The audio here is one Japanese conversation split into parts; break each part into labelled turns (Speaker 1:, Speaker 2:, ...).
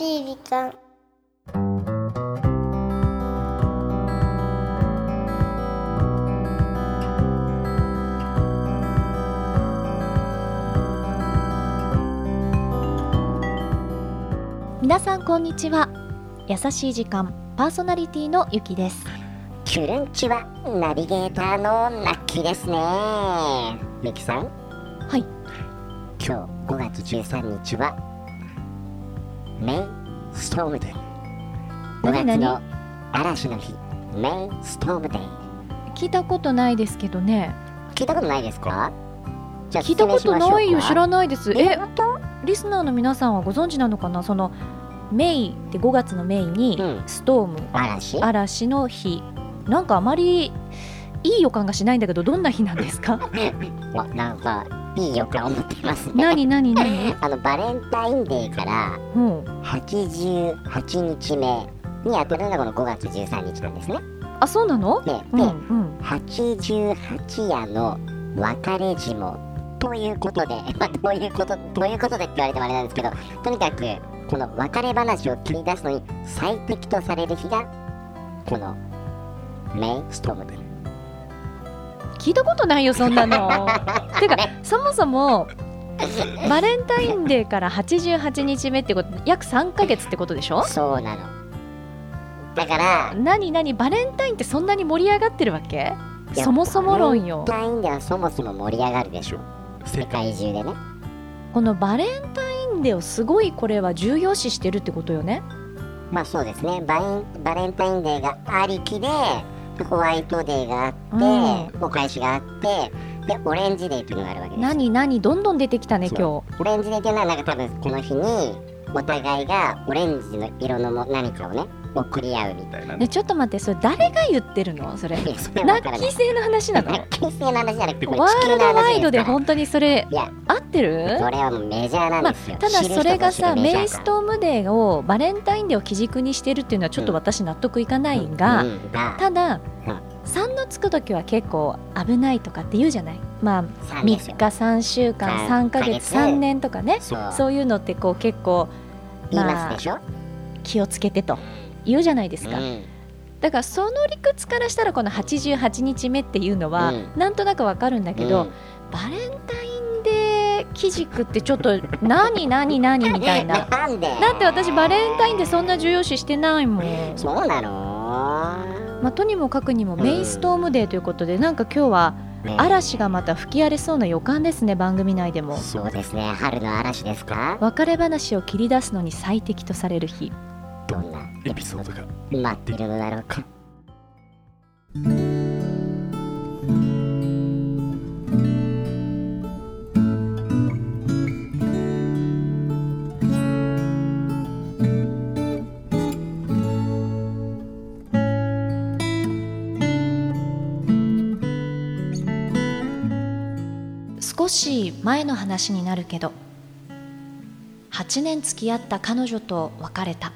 Speaker 1: しい時間
Speaker 2: 皆さんこんにちは優しい時間パーソナリティのゆきです
Speaker 3: キュルンチはナビゲーターのナッキーですねミキさん
Speaker 2: はい
Speaker 3: 今日5月13日はメインストームデー5
Speaker 2: 何
Speaker 3: 月
Speaker 2: 何
Speaker 3: の嵐の日メインストームデー
Speaker 2: 聞いたことないですけどね
Speaker 3: 聞いたことないですかじゃあ
Speaker 2: 聞いたことないよ知ら
Speaker 3: な
Speaker 2: ないです
Speaker 3: え
Speaker 2: えリスナーの皆さんはご存知なのかなそのメイって5月のメイに
Speaker 3: うん
Speaker 2: ストーム、
Speaker 3: 嵐
Speaker 2: 嵐の日なんかあまりいい予感がしないんだけどどんな日なんです か
Speaker 3: おなんかいい予感を持ってますね
Speaker 2: 何何 何
Speaker 3: あのバレンタインデーから
Speaker 2: うん
Speaker 3: 88日目に当たるのがこの5月13日なんですね
Speaker 2: あそうなの
Speaker 3: で
Speaker 2: うん
Speaker 3: で、
Speaker 2: うん
Speaker 3: 88夜の別れ字もということで、 まあ、どういうことどういうことでって言われてもあれなんですけどとにかくこの別れ話を切り出すのに最適とされる日がこのメインストームで
Speaker 2: 聞いたことないよそんなのてかそもそもバレンタインデーから88日目ってこと約3ヶ月ってことでしょ
Speaker 3: そうなのだから
Speaker 2: 何何バレンタインってそんなに盛り上がってるわけ
Speaker 3: いや
Speaker 2: そもそも論よ
Speaker 3: バレンタインではそもそも盛り上がるでしょ世界中でね
Speaker 2: このバレンタインデーをすごいこれは重要視してるってことよね
Speaker 3: まあそうですねバインバレンタインデーがありきでホワイトデーがあって、お返しがあってでオレンジデーというのがあるわけですよ
Speaker 2: 何何どんどん出てきたね今
Speaker 3: オレンジデーっていうのはなんか多分この日にお互いがオレンジの色のも何かをね送り合うみたい
Speaker 2: 日ねちょっと待ってそれ誰が言ってるの それ
Speaker 3: な。いやそれは
Speaker 2: ラ
Speaker 3: 分から
Speaker 2: ッキ
Speaker 3: な
Speaker 2: ー
Speaker 3: い。
Speaker 2: 性の話 なの
Speaker 3: ラッキー性の話じゃなくてこれ
Speaker 2: ワ
Speaker 3: 地
Speaker 2: ー
Speaker 3: 球
Speaker 2: ル
Speaker 3: の
Speaker 2: ドワ
Speaker 3: 話
Speaker 2: イド
Speaker 3: です
Speaker 2: で
Speaker 3: から。
Speaker 2: 本当にそれ
Speaker 3: いや
Speaker 2: 合ってる
Speaker 3: それはもうメジャーなんですよ。
Speaker 2: ただ
Speaker 3: 知る
Speaker 2: それがさ
Speaker 3: 人ぞ知るメジャー
Speaker 2: メイストームデーをバレンタインデーを基軸にしてるっていうのはちょっと私納得いかないが、
Speaker 3: うんうんが
Speaker 2: ただ
Speaker 3: うん
Speaker 2: 3のつく時は結構危ないとかって言うじゃないまあ
Speaker 3: 三で
Speaker 2: 3
Speaker 3: すよ
Speaker 2: 日3週間3ヶ
Speaker 3: 三ヶ月
Speaker 2: 月3年とかね
Speaker 3: そう
Speaker 2: そういうのってこう結構
Speaker 3: 言いますでしょ。
Speaker 2: 気をつけてと言うじゃないですか、
Speaker 3: うん
Speaker 2: だからその理屈からしたらこの88日目っていうのは
Speaker 3: うん
Speaker 2: なんとなくわかるんだけど、
Speaker 3: うん
Speaker 2: バレンタインデー基軸ってちょっと 何何何みたいな
Speaker 3: なんで？
Speaker 2: だって私バレンタインでそんな重要視してないもん、
Speaker 3: そうなの。
Speaker 2: まあ、とにもかくにもメイストームデーということでなんか今日は
Speaker 3: ね
Speaker 2: 嵐がまた吹き荒れそうな予感ですね番組内でも
Speaker 3: そうですね。春の嵐ですか？
Speaker 2: 別れ話を切り出すのに最適とされる日
Speaker 3: どんな
Speaker 4: エピソードが
Speaker 3: 待ってるのだろうか。
Speaker 2: 少し前の話になるけど8年付き合った彼女と別れた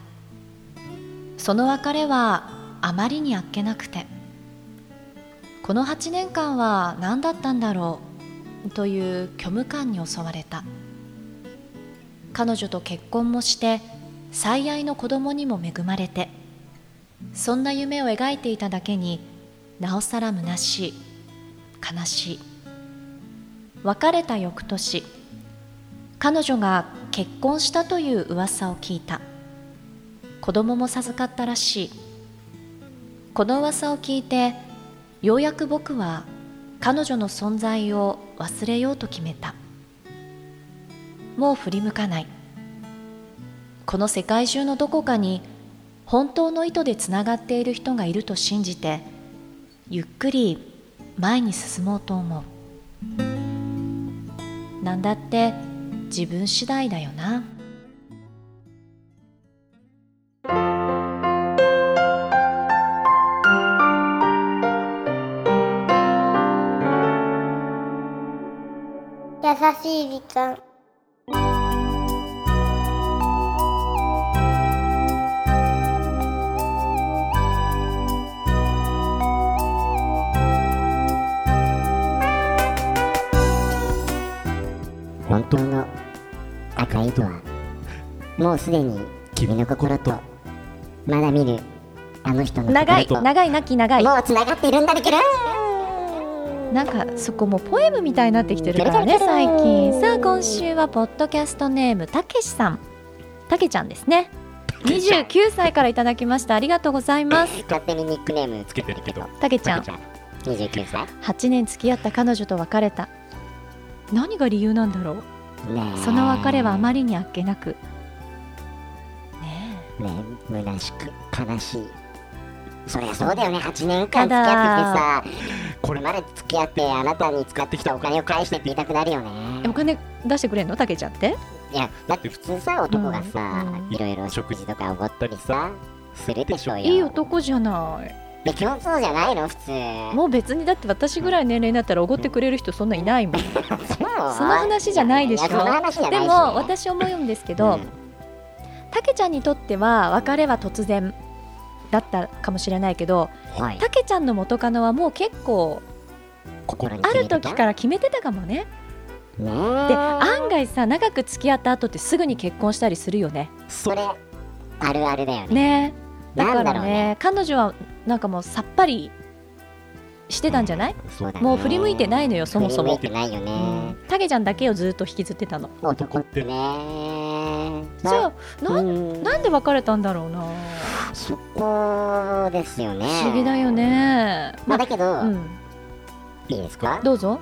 Speaker 2: その別れはあまりにあっけなくてこの8年間は何だったんだろうという虚無感に襲われた彼女と結婚もして最愛の子供にも恵まれてそんな夢を描いていただけになおさら虚しい悲しい別れた翌年彼女が結婚したという噂を聞いた子供も授かったらしいこの噂を聞いてようやく僕は彼女の存在を忘れようと決めたもう振り向かないこの世界中のどこかに本当の意図でつながっている人がいると信じてゆっくり前に進もうと思うなんだって自分次第だよな
Speaker 1: 優しい時間
Speaker 3: 本当の赤い糸はもうすでに君の心とまだ見るあの人の
Speaker 2: 長い
Speaker 3: 心と
Speaker 2: 長いなき長い
Speaker 3: もう繋がっているんだねくる
Speaker 2: なんかそこもポエムみたいになってきてるからね最近さあ今週はポッドキャストネームたけしさんたけちゃんですね29歳からいただきましたありがとうございます
Speaker 3: 勝手にニックネームつけてるけど
Speaker 2: たけちゃん
Speaker 3: たけちゃん29歳
Speaker 2: 8年付き合った彼女と別れた何が理由なんだろう
Speaker 3: ねえ
Speaker 2: その別れはあまりにあっけなくねえ
Speaker 3: ねえ虚しく悲しいそりゃそうだよね8年
Speaker 2: た
Speaker 3: 間
Speaker 2: だ
Speaker 3: 付き合ってきてさこれまで付き合ってあなたに使ってきたお金を返してって言いたくなるよね
Speaker 2: えお金出してくれんのたけちゃんって
Speaker 3: いやだって普通さ男がさ、
Speaker 2: うん
Speaker 3: いろいろ食事とかおごったりさするでしょうよ
Speaker 2: いい男じゃない
Speaker 3: で基本そうじゃないの普通
Speaker 2: もう別にだって私ぐらいの年齢になったらおごってくれる人そんないないもんその話じゃないでしょ
Speaker 3: やその話じゃない
Speaker 2: で
Speaker 3: しね
Speaker 2: も私思うんですけ
Speaker 3: う
Speaker 2: ど
Speaker 3: ん
Speaker 2: たけちゃんにとっては別れは突然だったかもしれないけど
Speaker 3: はい
Speaker 2: たけちゃんの元カノはもう結構
Speaker 3: 心に
Speaker 2: あ
Speaker 3: 決め
Speaker 2: る
Speaker 3: てた
Speaker 2: 時から決めてたかもね
Speaker 3: ね
Speaker 2: で案外さ長く付き合った後ってすぐに結婚したりするよね
Speaker 3: えそれあるあるだよね
Speaker 2: ねだ
Speaker 3: な
Speaker 2: か
Speaker 3: んだろ
Speaker 2: ら
Speaker 3: う
Speaker 2: ね彼女はなんかもうさっぱりしてたんじゃない
Speaker 3: そうだね
Speaker 2: もう振り向いてないのよそもそも
Speaker 3: 振り向いてないよね、
Speaker 2: たけちゃんだけをずっと引きずってたの
Speaker 3: 男ってね
Speaker 2: じゃあ
Speaker 3: う
Speaker 2: なんなんで別れたんだろうな
Speaker 3: そこですよね
Speaker 2: 不思議だよね
Speaker 3: まあだけど、
Speaker 2: うん
Speaker 3: いいですか、
Speaker 2: どう ぞ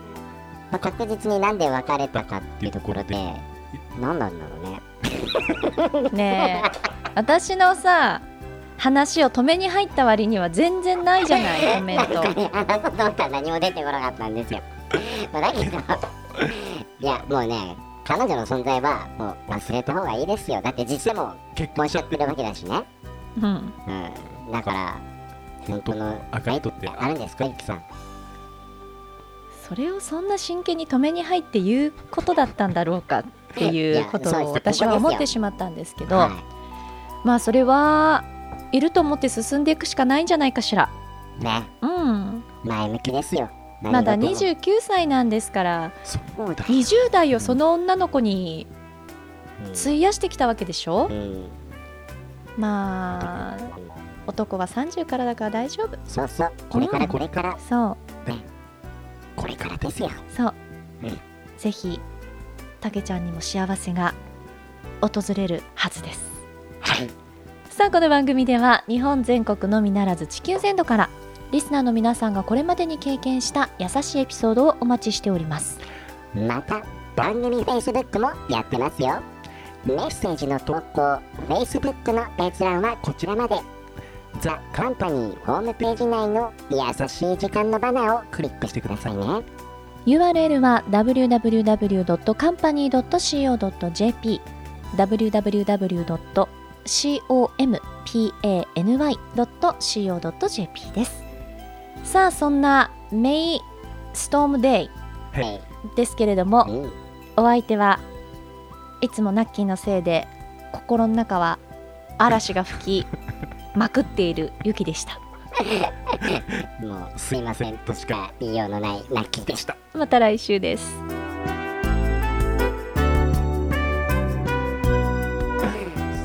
Speaker 3: まあ、確実になんで別れたかっていうところで何なんだろうね
Speaker 2: ねえ私のさ話を止めに入った割には全然ないじゃ ないコメン
Speaker 3: なんか
Speaker 2: ト
Speaker 3: ね話そうと思ったら何も出てこなかったんですよまあだけどいやもうね彼女の存在はもう忘れた方がいいですよだって実際もう結婚しちゃってるわけだしね
Speaker 2: うん
Speaker 3: うんだから本当の
Speaker 4: アカウントって
Speaker 3: あるんですかゆきさん
Speaker 2: それをそんな真剣に止めに入って言うことだったんだろうかって
Speaker 3: い
Speaker 2: い
Speaker 3: や
Speaker 2: うこと
Speaker 3: そうです
Speaker 2: を私は
Speaker 3: ここ
Speaker 2: 思
Speaker 3: ですよ
Speaker 2: ってしまったんですけど
Speaker 3: は
Speaker 2: まあそれはいると思って進んでいくしかないんじゃないかしら
Speaker 3: いね
Speaker 2: うん
Speaker 3: 前向きですよ
Speaker 2: まだ
Speaker 3: 何事も
Speaker 2: 29歳なんですから
Speaker 4: そうだ
Speaker 2: 20代をその女の子に費やしてきたわけでしょ
Speaker 3: うんうん
Speaker 2: まあ男は30からだから大丈夫
Speaker 3: そうそうこれからこれから
Speaker 2: そう
Speaker 3: これからですよ
Speaker 2: そう、
Speaker 3: うん
Speaker 2: ぜひたけちゃんにも幸せが訪れるはずです
Speaker 3: はい
Speaker 2: さあこの番組では日本全国のみならず地球全土からリスナーの皆さんがこれまでに経験した優しいエピソードをお待ちしております
Speaker 3: また番組 Facebook もやってますよメッセージの投稿 Facebook の閲覧はこちらまでザ・カンパニーホームページ内の「優しい時間」のバナーをクリックしてくださいね
Speaker 2: URL は www.company.co.jp www.company.co.jp ですさあそんなメイストームデイ
Speaker 3: はい、
Speaker 2: ですけれども、
Speaker 3: うん
Speaker 2: お相手はいつもナッキーのせいで心の中は嵐が吹 きまくっているユキでした
Speaker 3: もうすいませんとしか言いようのないラッキーでした
Speaker 2: また来週です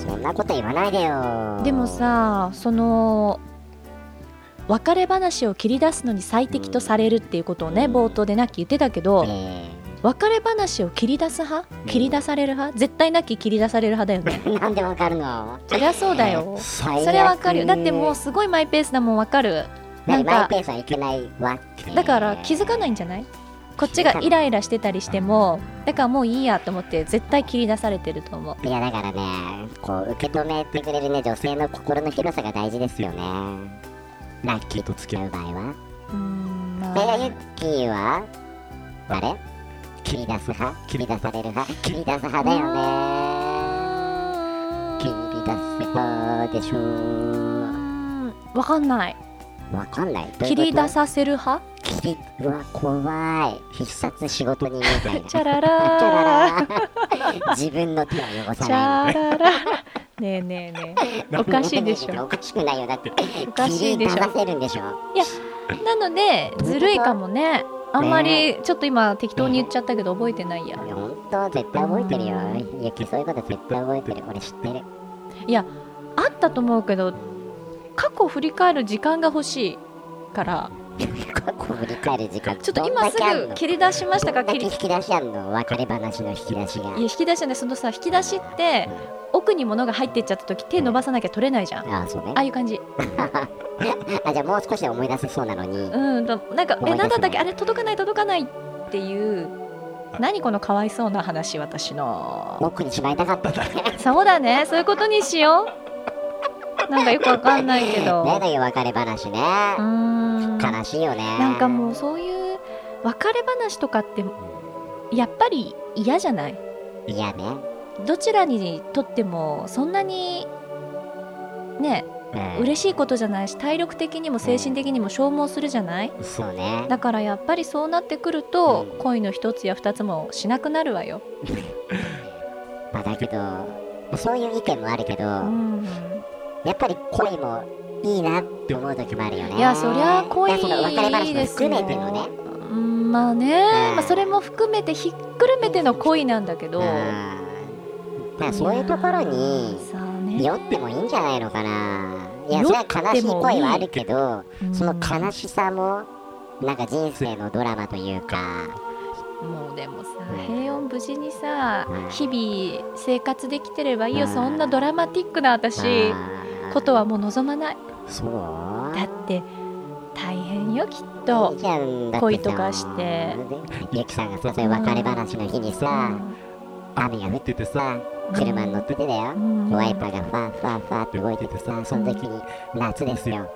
Speaker 3: そんなこと言わないでよ
Speaker 2: でもさその別れ話を切り出すのに最適とされるっていうことをね、
Speaker 3: うん
Speaker 2: 冒頭でナッキー言ってたけ
Speaker 3: え
Speaker 2: ど、
Speaker 3: ー
Speaker 2: 別れ話を切り出す派
Speaker 3: ん
Speaker 2: 切り出される派絶対ナッキー切り出される派だよね
Speaker 3: なんでわかるの
Speaker 2: そりゃそうだよ
Speaker 3: そ
Speaker 2: それわかるよだってもうすごいマイペースだもんわかるなん
Speaker 3: マイ
Speaker 2: か
Speaker 3: ペースはいけないわって
Speaker 2: だから気づかないんじゃないこっちがイライラしてたりしてもだからもういいやと思って絶対切り出されてると思う
Speaker 3: いやだからねこう受け止めてくれるね女性の心の広さが大事ですよねラッキーと付き合う場合は
Speaker 2: うーんま
Speaker 3: え
Speaker 2: あ
Speaker 3: ユッキーはあれ切り出す派切り出される派切り出す派だよね切り出す派でしょ
Speaker 2: うーんわかんない
Speaker 3: わかんないどういう
Speaker 2: 切
Speaker 3: こと
Speaker 2: り出させる派
Speaker 3: 切りうわ怖い必殺仕事人みたい な
Speaker 2: チャラ
Speaker 3: チ
Speaker 2: ラ
Speaker 3: ャ
Speaker 2: ー
Speaker 3: ララ自分の手は汚
Speaker 2: チ
Speaker 3: さない
Speaker 2: ャララねえねえねえおかしいでしょ
Speaker 3: おかしくないよだって
Speaker 2: おかしいでしょ
Speaker 3: 切り出せるんでしょ
Speaker 2: いやなのでずるいかもねあんまりちょっと今適当に言っちゃったけど覚えてないや
Speaker 3: いや本当絶対覚えてるよゆきそういうこと絶対覚えてる俺知ってる
Speaker 2: いやあったと思うけど過去振り返る時間が欲しいから
Speaker 3: 過去振り返る時間
Speaker 2: ちょっと今すぐ
Speaker 3: 切
Speaker 2: 切り出しましたか
Speaker 3: だ
Speaker 2: 切
Speaker 3: け
Speaker 2: り
Speaker 3: 引き出しあんの別れ話の引き出しが
Speaker 2: いや引き出しねそのさ引き出しって奥に物が入っていっちゃった時手伸ばさなきゃ取れないじゃんあ
Speaker 3: ああそうね
Speaker 2: あいう感じ
Speaker 3: あじゃあもう少しで思い出せそうなのに
Speaker 2: うんだなんか
Speaker 3: 思い
Speaker 2: え
Speaker 3: 出
Speaker 2: な
Speaker 3: せな
Speaker 2: いんだったっけあれ届かない届かないっていう何このかわいそうな話私の
Speaker 3: 奥にしまいたかったんだね
Speaker 2: そうだねそういうことにしようなんかよくわかんないけど
Speaker 3: ねだよ別れ話
Speaker 2: う
Speaker 3: ね
Speaker 2: ーん
Speaker 3: 悲しいよね
Speaker 2: なんかもうそういう別れ話とかってやっぱり嫌じゃない
Speaker 3: いやね
Speaker 2: どちらにとってもそんなにね
Speaker 3: れ
Speaker 2: 嬉しいことじゃないし体力的にも精神的にも消耗するじゃない
Speaker 3: そうね
Speaker 2: だからやっぱりそうなってくると
Speaker 3: うん
Speaker 2: 恋の一つや二つもしなくなるわよ、
Speaker 3: まあだけどそういう意見もあるけど
Speaker 2: う
Speaker 3: や
Speaker 2: ん、
Speaker 3: っぱり恋もいいなって思う時もあるよね
Speaker 2: いやそりゃ恋
Speaker 3: だからその別れ話
Speaker 2: いい
Speaker 3: も
Speaker 2: ですよ
Speaker 3: 含めてのね
Speaker 2: うんまあね、
Speaker 3: うん
Speaker 2: まあ、それも含めてひっくるめての恋なんだけど
Speaker 3: うんまあそういうところに
Speaker 2: さあね
Speaker 3: 酔ってもいいんじゃないのかないやそれは悲しい恋はあるけどその
Speaker 2: うん
Speaker 3: 悲しさもなんか人生のドラマというか
Speaker 2: もうでもさ
Speaker 3: うん
Speaker 2: 平穏無事にさ
Speaker 3: うん
Speaker 2: 日々生活できてればいいよ
Speaker 3: うん
Speaker 2: そんなドラマティックな私
Speaker 3: あー
Speaker 2: ことはもう望まない
Speaker 3: そう
Speaker 2: だって大変よきっと
Speaker 3: いいじゃんだってさ
Speaker 2: 恋とかして
Speaker 3: ゆきさんがさそういう別れ話の日にさ雨が降っててさ車に乗っててだよ
Speaker 2: うん
Speaker 3: ワイパーがファーファーファーって動いててさその時に夏ですよ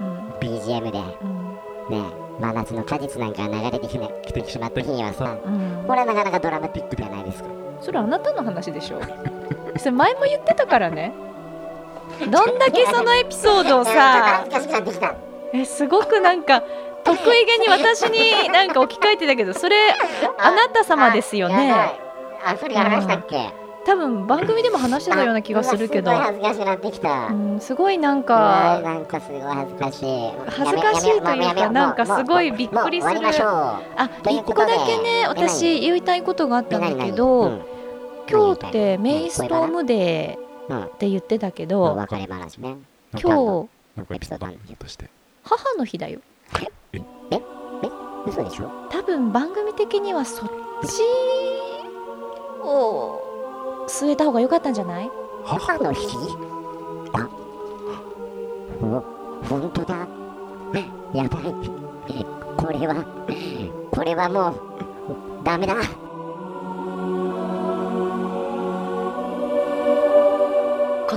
Speaker 2: うん
Speaker 3: BGM で
Speaker 2: うん
Speaker 3: ね真夏の果実なんか流れてき,、ね、来てしまった日にはさ
Speaker 2: うん
Speaker 3: これはなかなかドラマティックじゃないですか
Speaker 2: それあなたの話でしょそれ前も言ってたからねどんだけそのエピソードをさ
Speaker 3: えーちょっと恥ずかしくなってきた
Speaker 2: えすごくなんか得意げに私になんか置き換えてたけどそれあなた様ですよ
Speaker 3: あやば
Speaker 2: ね
Speaker 3: いあそれやりましたっけ
Speaker 2: 多分番組でも話してたような気がするけど
Speaker 3: あ、すごい恥ずかしくなってきた、
Speaker 2: うん、すごいなん
Speaker 3: はい
Speaker 2: か
Speaker 3: なんかすごい恥ずかしい
Speaker 2: 恥ずかしいというか
Speaker 3: やめやめやめもやめよう
Speaker 2: なんか
Speaker 3: もう
Speaker 2: すごいびっくりする
Speaker 3: もうもう終わりましょう
Speaker 2: あ
Speaker 3: とい
Speaker 2: 一
Speaker 3: うこ
Speaker 2: 個
Speaker 3: と
Speaker 2: だ
Speaker 3: で
Speaker 2: けね私言いたいことがあったんだけ
Speaker 3: 何
Speaker 2: ど
Speaker 3: 々
Speaker 2: 今日ってメイストームデ
Speaker 3: うんうん
Speaker 2: ーって言ってたけ
Speaker 3: も
Speaker 2: ど
Speaker 3: う別れ話ね
Speaker 2: 今日
Speaker 4: なんかエピソードあるのとして。
Speaker 2: 母の日だよ
Speaker 3: 嘘でしょ
Speaker 2: 多分番組的にはそっちを据えた方が良かったんじゃない
Speaker 3: 母の日あほ本当だやばいこれはこれはもうダメだ
Speaker 2: こ